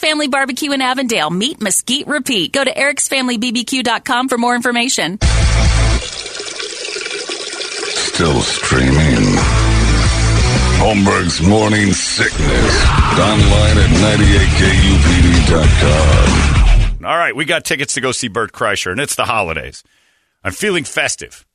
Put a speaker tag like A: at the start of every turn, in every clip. A: Family Barbecue in Avondale. Meet, mesquite, repeat. Go to ericsfamilybbq.com for more information.
B: Still streaming. Holmberg's Morning Sickness. Online at 98kupd.com.
C: All right, we got tickets to go see Bert Kreischer, and it's the holidays. I'm feeling festive.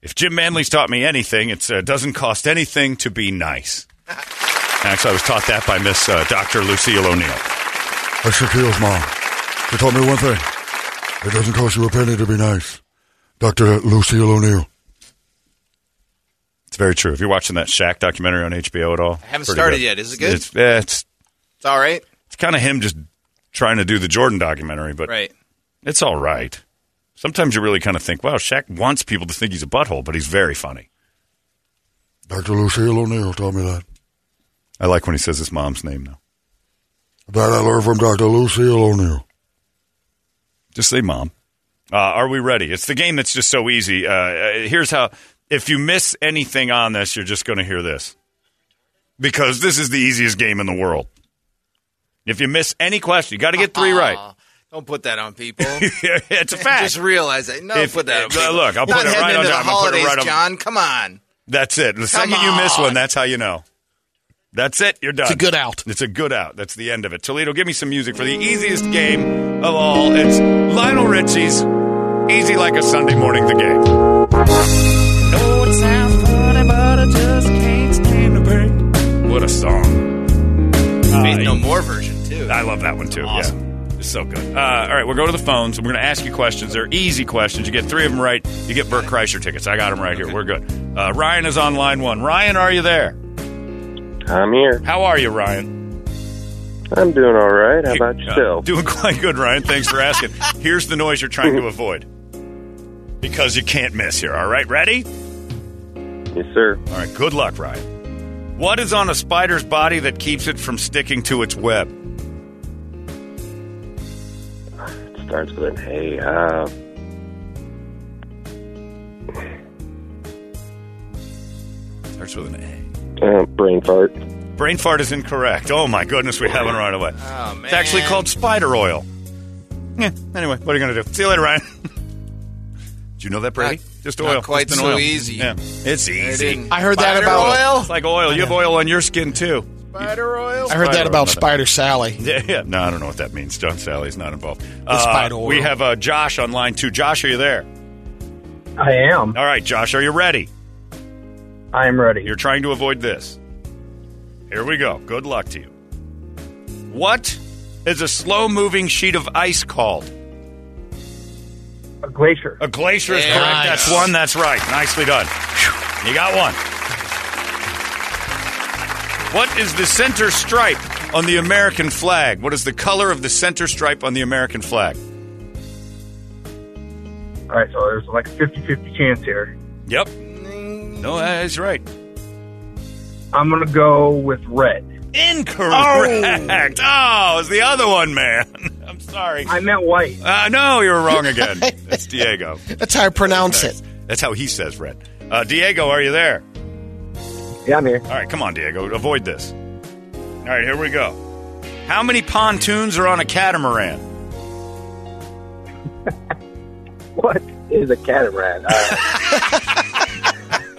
C: If Jim Manley's taught me anything, it uh, doesn't cost anything to be nice. Actually, I was taught that by Miss uh, Dr. Lucille O'Neill.
D: I Shaquille's mom. She told me one thing. It doesn't cost you a penny to be nice. Dr. Lucille O'Neill.
C: It's very true. If you're watching that Shaq documentary on HBO at all, I
E: haven't started yet. Is it good?
C: It's, yeah, it's,
E: It's all right.
C: it's kind of him just trying to do the Jordan documentary, but
E: Right.
C: it's all right. Sometimes you really kind of think, wow, Shaq wants people to think he's a butthole, but he's very funny.
D: Dr. Lucille O'Neill er taught me that.
C: I like when he says his mom's name, though.
D: That I learned from Dr. Lucille O'Neill.
C: Just say mom. Uh, are we ready? It's the game that's just so easy. Uh, Uh, here's how if you miss anything on this, you're just going to hear this because this is the easiest game in the world. If you miss any question, you got to get three right.
E: Aw, Don't put that on people.
C: it's a fact.
E: Just realize that. No,
C: If-
E: put that on
C: uh,
E: people.
C: look, I'll
E: Not
C: put it
E: heading
C: right on
E: into the
C: time. I'll put it
E: holidays,
C: right on-
E: John. Come on.
C: That's it. The second you miss one, that's how you know. That's it. You're done.
F: It's a good out.
C: It's a good out. That's the end of it. Toledo, give me some music for the easiest game of all. It's Lionel Richie's Easy Like a Sunday Morning, the game. What a song.
E: Faith
C: Uh,
E: No More version too.
C: I love that one too.
E: Awesome.
C: Yeah. It's so good. Uh, all right, we'll go to the phones. We're going to ask you questions. They're easy questions. You get three of them right, you get Burt Kreischer tickets. I got them right here. We're good. Uh, Ryan is on line one. Ryan, are you there?
G: I'm here.
C: How are you, Ryan?
G: I'm doing all right. How
C: You-
G: about
C: uh,
G: yourself?
C: doing quite good, Ryan. Thanks for asking. Here's the noise you're trying
G: Mm-hmm.
C: to avoid because you can't miss here. All right, ready?
G: yes, sir.
C: All right, good luck, Ryan. What is on a spider's body that keeps it from sticking to its web?
G: It starts with an A. Uh,
C: Starts with an A.
G: uh, brain fart.
C: Brain fart is incorrect. Oh my goodness, we have one right away.
E: Oh, man.
C: It's actually called spider oil. Yeah, anyway, what are you going to do? See you later, Ryan. Did you know that, Brady?
E: Not-
C: Just
E: not
C: oil.
E: quite
C: Just an
E: so
C: oil.
E: easy.
C: Yeah, it's easy.
F: I heard that
E: Spider
F: about-
C: It's like oil. You have oil on your skin too.
E: oil. Spider oil.
F: I heard
C: Spider
F: that about
C: oil.
F: Spider Sally.
C: Yeah, yeah. No, I don't know what that means. John Sally's not involved.
F: spider oil.
C: We have uh, Josh on line two. Josh, are you there?
H: I am.
C: All right, Josh, are you ready?
H: I am ready.
C: You're trying to avoid this. Here we go. Good luck to you. What is a slow moving sheet of ice called?
H: A glacier.
C: A glacier is
E: Yeah.
C: correct.
F: Nice.
C: That's one. That's right. Nicely done. You got one. What is the center stripe on the American flag? What is the color of the center stripe on the American flag?
H: All right, so there's like a 50-50 chance here.
C: Yep. No, that's right.
H: I'm going to go with red.
C: Incorrect. Oh, it's the other one, man. I'm sorry.
H: I meant white.
C: Uh, no, you're wrong again. It's Diego.
F: That's how I pronounce it.
C: That's how he says red. Uh, Diego, are you there?
H: Yeah, I'm here.
C: All right, come on, Diego. Avoid this. All right, here we go. How many pontoons are on a catamaran?
H: What is a catamaran? Uh,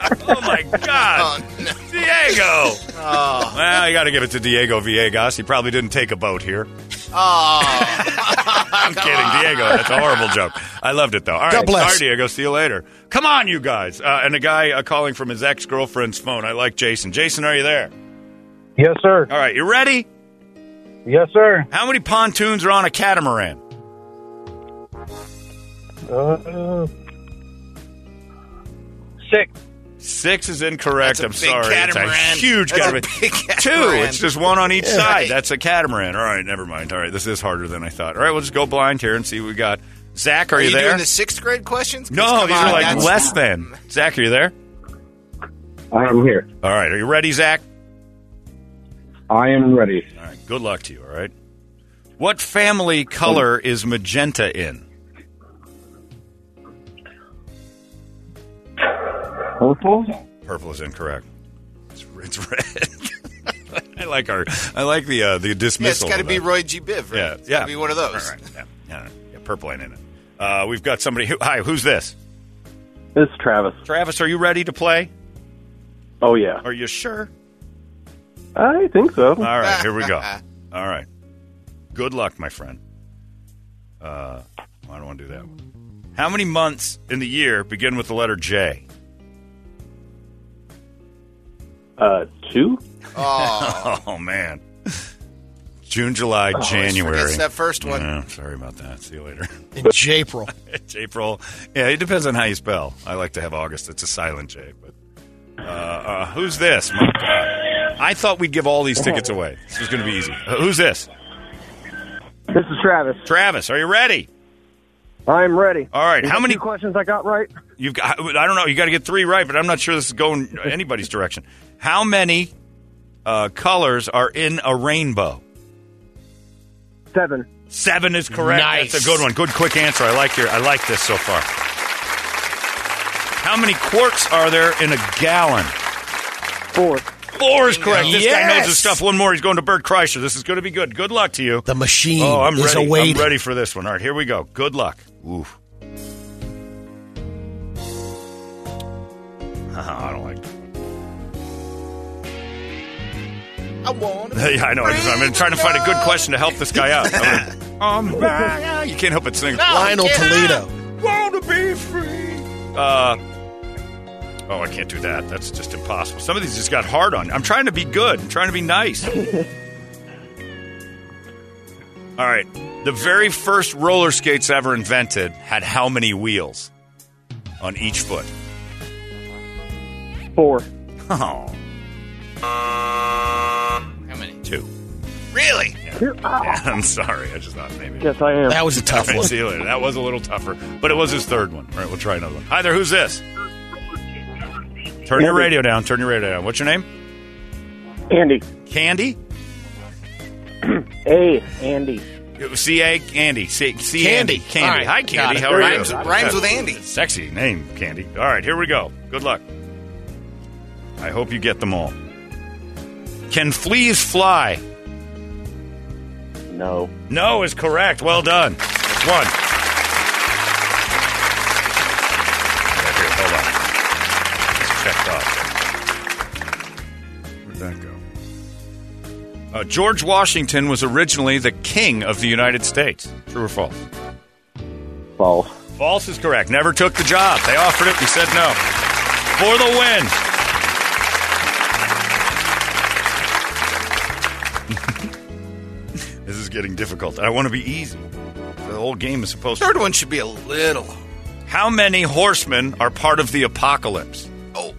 C: Oh my God, Diego!
F: Oh.
C: Well, you got to give it to Diego Villegas. He probably didn't take a boat here.
F: Oh.
C: I'm kidding, Diego. That's a horrible joke. I loved it though. All right,
F: God bless.
C: sorry, Diego. See you later. Come on, you guys. Uh, and a guy uh, calling from his ex girlfriend's phone. I like Jason. Jason, are you there?
H: yes, sir.
C: All right, you ready?
H: Yes, sir.
C: How many pontoons are on a catamaran?
H: Uh, six.
C: Six is incorrect.
E: That's a
C: I'm
E: big
C: sorry. It's
E: catamaran.
C: a huge
E: That's a
C: catamaran.
E: big
C: Two.
E: catamaran.
C: It's just one on each side.
E: Right.
C: That's a catamaran. All right, never mind. All right, this is harder than I thought. All right, we'll just go blind here and see what we got. Zach, are,
E: Are you
C: there?
E: doing the sixth grade questions? 'Cause
C: no,
E: come
C: these
E: on,
C: are like
E: that's-
C: less than. Zach, are you there?
H: I'm here.
C: All right, are you ready, Zach?
H: I am ready.
C: All right, good luck to you. All right. What family color is magenta in?
H: Purple?
C: Purple is incorrect. It's, it's red. I like our. I like the uh, the
E: Yeah, it's
C: dismissal.
E: got to
C: of
E: be
C: that.
E: Roy G. Biv. Right?
C: Yeah,
E: It's
C: yeah.
E: gotta be one of those.
C: All right, yeah, yeah, yeah, purple ain't in it. Uh, we've got somebody. Who, hi, who's this?
H: This is Travis.
C: Travis, are you ready to play?
H: Oh, yeah.
C: Are you sure?
H: I think so.
C: All right, here we go. All right. Good luck, my friend. Uh, I don't want to do that one. How many months in the year begin with the letter J?
H: Uh, two?
E: Oh,
C: Oh man. June, July, January.
E: forgets that first one.
C: Yeah, sorry about that. See you later.
F: In April.
C: It's April. Yeah, it depends on how you spell. I like to have August. It's a silent J. But uh, uh, who's this? My God. I thought we'd give all these tickets away. This was going to be easy. Uh, who's this?
H: This is Travis.
C: Travis, are you ready?
H: I'm ready.
C: All right. How many
H: questions I got right?
C: you've got? I don't know. You got to get three right, but I'm not sure this is going anybody's direction. How many uh, colors are in a rainbow?
H: Seven.
C: Seven is correct.
F: Nice.
C: That's a good one. Good quick answer. I like your. I like this so far. How many quarts are there in a gallon?
H: Four.
C: Four is correct. This guy knows his
F: Yes.
C: stuff. One more. He's going to Bert Kreischer. This is going to be good. Good luck to you.
F: The machine
C: Oh, I'm
F: is
C: ready. I'm
F: awaiting.
C: ready for this one. All right, here we go. Good luck. Oof. I don't like.
E: I won't.
C: Yeah, I know. I just, I'm gonna- trying to find a good question to help this guy out. I'm gonna- I'm back. You can't help but sing.
F: Lionel Toledo.
C: want to be free. Uh, oh, I can't do that. That's just impossible. Some of these just got hard on. I'm trying to be good. I'm trying to be nice. All right. The very first roller skates ever invented had how many wheels on each foot?
H: Four.
C: Oh,
E: How many?
C: two.
E: Really?
C: Yeah, I'm sorry. I just thought maybe.
H: Yes, I am.
F: That was a tough
C: All right,
F: one.
C: see you later. That was a little tougher, but it was his third one. All right, we'll try another one. Hi there, who's this? Turn your radio down. Turn your radio down. What's your name?
H: Andy.
C: Candy?
H: A. Andy.
C: C.A. Candy. C- C-
F: Candy.
C: Andy. Candy.
F: All right,
C: Hi,
F: got
C: Candy.
F: it.
C: How are
E: Rhymes,
C: you?
E: rhymes with Andy.
C: Sexy name, Candy. All right, here we go. Good luck. I hope you get them all. Can fleas fly?
G: No.
C: No is correct. Well done. It's one. Yeah, here, hold on. It's checked off. Where'd that go? Uh, George Washington was originally the king of the United States. True or false?
G: False.
C: False is correct. Never took the job. They offered it. He said no. For the win. this is getting difficult. I want to be easy. The whole game is supposed to.
E: Third one should be a little.
C: How many horsemen are part of the apocalypse?
E: Oh,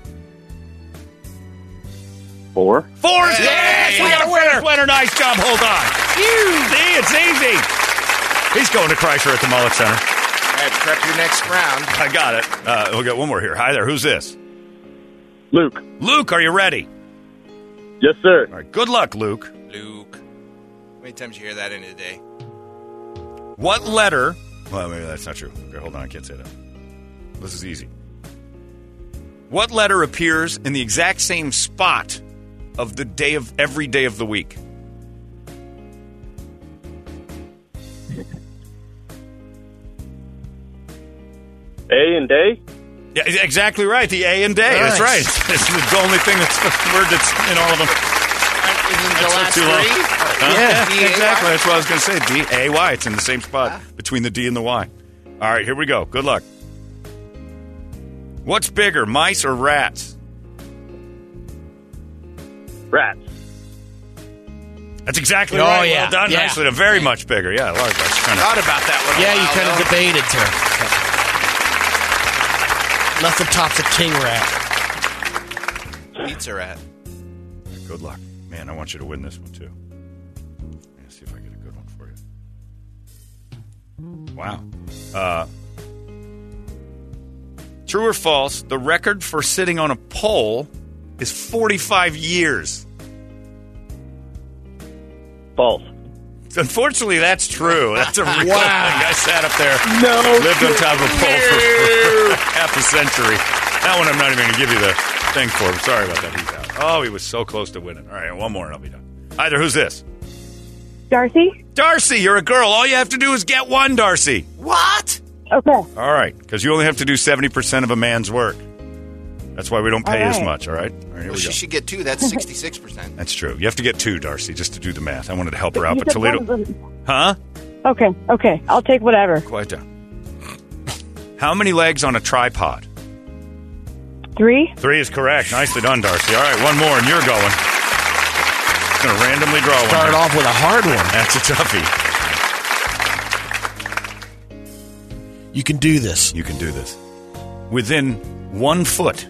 G: Four.
C: Four. is
E: Hey!
C: correct. We got a winner. Winner. Nice job. Hold on. See, it's easy. He's going to Chrysler at the Mullet Center.
E: all right, prep your next round.
C: I got it. Uh, we got one more here. Hi there. Who's this?
G: Luke.
C: Luke, are you ready?
G: Yes, sir.
C: All right. Good luck, Luke.
E: Luke. How many times you hear that in a day?
C: What letter? Well, maybe that's not true. Okay, hold on. I can't say that. This is easy. What letter appears in the exact same spot of the day of every day of the week?
G: A and day.
C: Yeah, e- exactly right. The A and day. That's right.
F: Nice.
C: It's the only thing that's the word that's in all of them.
E: Isn't the
C: That's
E: last
C: too
E: three?
C: long. Huh?
E: D-A-Y?
C: exactly. That's what I was going to say. D A Y. It's in the same spot between the D and the Y. All right, here we go. Good luck. What's bigger, mice or rats?
G: Rats.
C: That's exactly
F: Oh,
C: right.
F: yeah.
C: Well done.
F: Yeah.
C: Nicely done. Very much bigger. Yeah, large. I was trying to-
E: Thought about that one. a
F: Yeah, you
E: while,
F: kind of
E: though.
F: debated her. Nothing tops a king rat.
E: Pizza rat.
C: Good luck. Man, I want you to win this one too. Let's see if I get a good one for you. Wow. Uh, true or false, the record for sitting on a pole is 45 years.
G: False.
C: Unfortunately, that's true. That's a real thing. I sat up there,
G: No.
C: lived on top of a pole for, half a century. That one I'm not even going to give you the thing for. Sorry about that. He's out. Oh, he was so close to winning. All right, one more and I'll be done. Either, who's this?
I: Darcy?
C: Darcy, you're a girl. All you have to do is get one, Darcy.
E: What?
I: Okay.
C: All right, because you only have to do 70% of a man's work. That's why we don't pay
I: All
C: as
I: right.
C: much, all right? All right, here
E: Well,
C: we
E: she
C: go.
E: should get two. That's 66%.
C: That's true. You have to get two, Darcy, just to do the math. I wanted to help her out,
I: You
C: but
I: said one
C: Toledo.
I: of them-
C: Huh?
I: Okay, okay. I'll take whatever.
C: Quiet down. How many legs on a tripod?
I: Three?
C: Three is correct. Nicely done, Darcy. All right, one more, and you're going. Going to randomly draw one.
F: Start
C: here.
F: off with a hard one.
C: That's a toughie.
F: You can do this.
C: You can do this. Within one foot.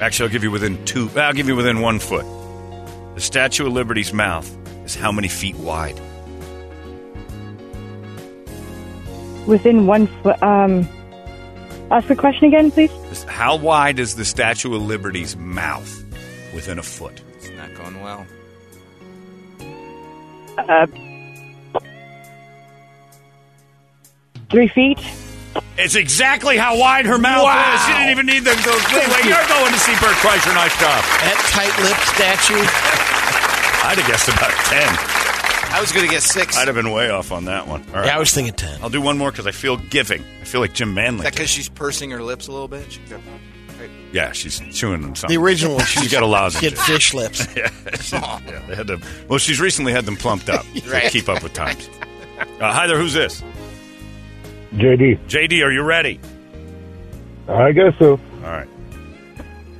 C: Actually, I'll give you within two. I'll give you within one foot. The Statue of Liberty's mouth is how many feet wide?
I: Within one foot. Um, ask the question again, please.
C: This- How wide is the Statue of Liberty's mouth within a foot?
E: It's not going well.
I: Uh, three feet?
C: It's exactly how wide her mouth
F: Wow.
C: is. She didn't even need the, those little legs. You're going to see Bert Kreischer. Nice job.
F: That tight lip statue.
C: I'd have guessed about 10.
E: I was going to get six.
C: I'd
E: Is
C: have been way off on that one. All right.
F: Yeah, I was thinking 10.
C: I'll do one more because I feel giving. I feel like Jim Manley.
E: that because she's pursing her lips a little bit? She got-
C: yeah, she's chewing on something.
F: The original one, she
C: She's got a lousy
F: She had
C: chin.
F: fish lips.
C: yeah, they had to, well, she's recently had them plumped up to
E: Right.
C: keep up with times. Uh, hi there, who's this?
G: JD.
C: JD, are you ready?
G: I guess so.
C: All right.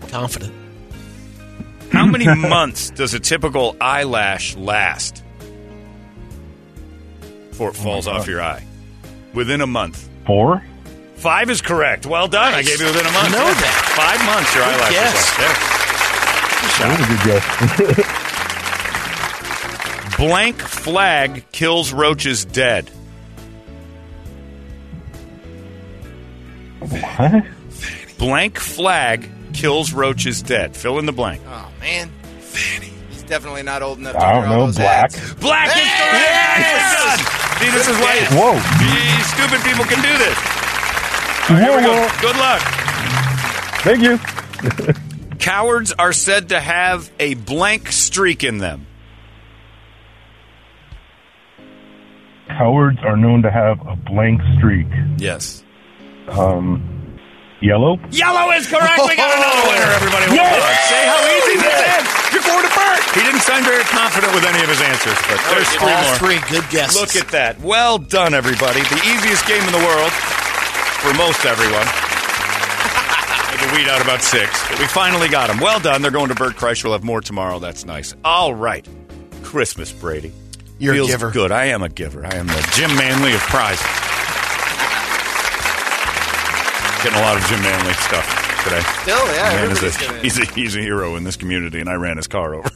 F: Confident.
C: How many months does a typical eyelash last before it falls off your eye? Within a month.
G: Four.
C: Five is correct. Well done. I
F: Nice.
C: gave you within a month.
F: Know that.
C: Five months your eyelashes
F: guess.
C: last. Yeah.
G: That was a good guess.
C: Blank flag kills roaches dead.
G: What?
C: Blank flag kills roaches dead. Fill in the blank.
E: Oh, man. Fanny. He's definitely not old enough to hear
G: I don't
E: all
G: know.
E: those
G: Black.
E: ads.
C: Black is
E: Yes!
C: correct. See, this is why
G: Whoa.
C: these stupid people can do this. All right, here
G: Whoa,
C: we go. Good
G: whoa.
C: luck.
G: Thank you.
C: Cowards are said to have a blank streak in them.
G: Cowards are known to have a blank streak.
C: Yes.
G: Um, yellow.
C: Yellow is correct. We got another winner, everybody. Well
G: Yes!
C: done. See Oh. how easy this is. You're going to Bert. He didn't sound very confident with any of his answers, but there's three
F: All
C: more.
F: three good guesses.
C: Look at that. Well done, everybody. The easiest game in the world for most everyone. Had to weed out about six, but we finally got them. Well done. They're going to Bert Kreischer. We'll have more tomorrow. That's nice. All right. Christmas, Brady.
F: You're
C: Feels
F: a giver.
C: good. I am a giver. I am the Jim Manley of prizes. Getting a lot of Jim Manley stuff today.
E: Still, yeah.
C: Man is
E: everybody's
C: a-
E: gonna-
C: he's, a, he's a hero in this community, and I ran his car over.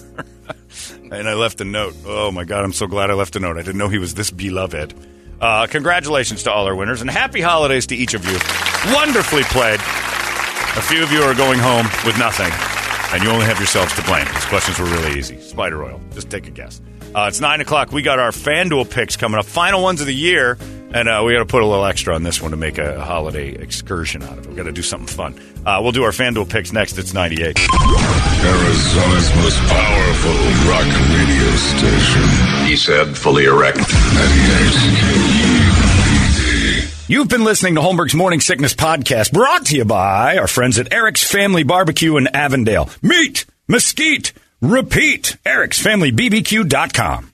C: and I left a note. Oh, my God, I'm so glad I left a note. I didn't know he was this beloved. Uh, congratulations to all our winners, and happy holidays to each of you. Wonderfully played. A few of you are going home with nothing, and you only have yourselves to blame. These questions were really easy. Spider oil. Just take a guess. Uh, it's 9 o'clock. We got our FanDuel picks coming up, final ones of the year, and uh, we got to put a little extra on this one to make a holiday excursion out of it. we got to do something fun. Uh, we'll do our FanDuel picks next. It's 98.
B: Arizona's most powerful rock radio station. He said, fully erect. 98.
C: You've been listening to Holmberg's Morning Sickness Podcast, brought to you by our friends at Eric's Family Barbecue in Avondale. Meet, mesquite, repeat, ericsfamilybbq.com.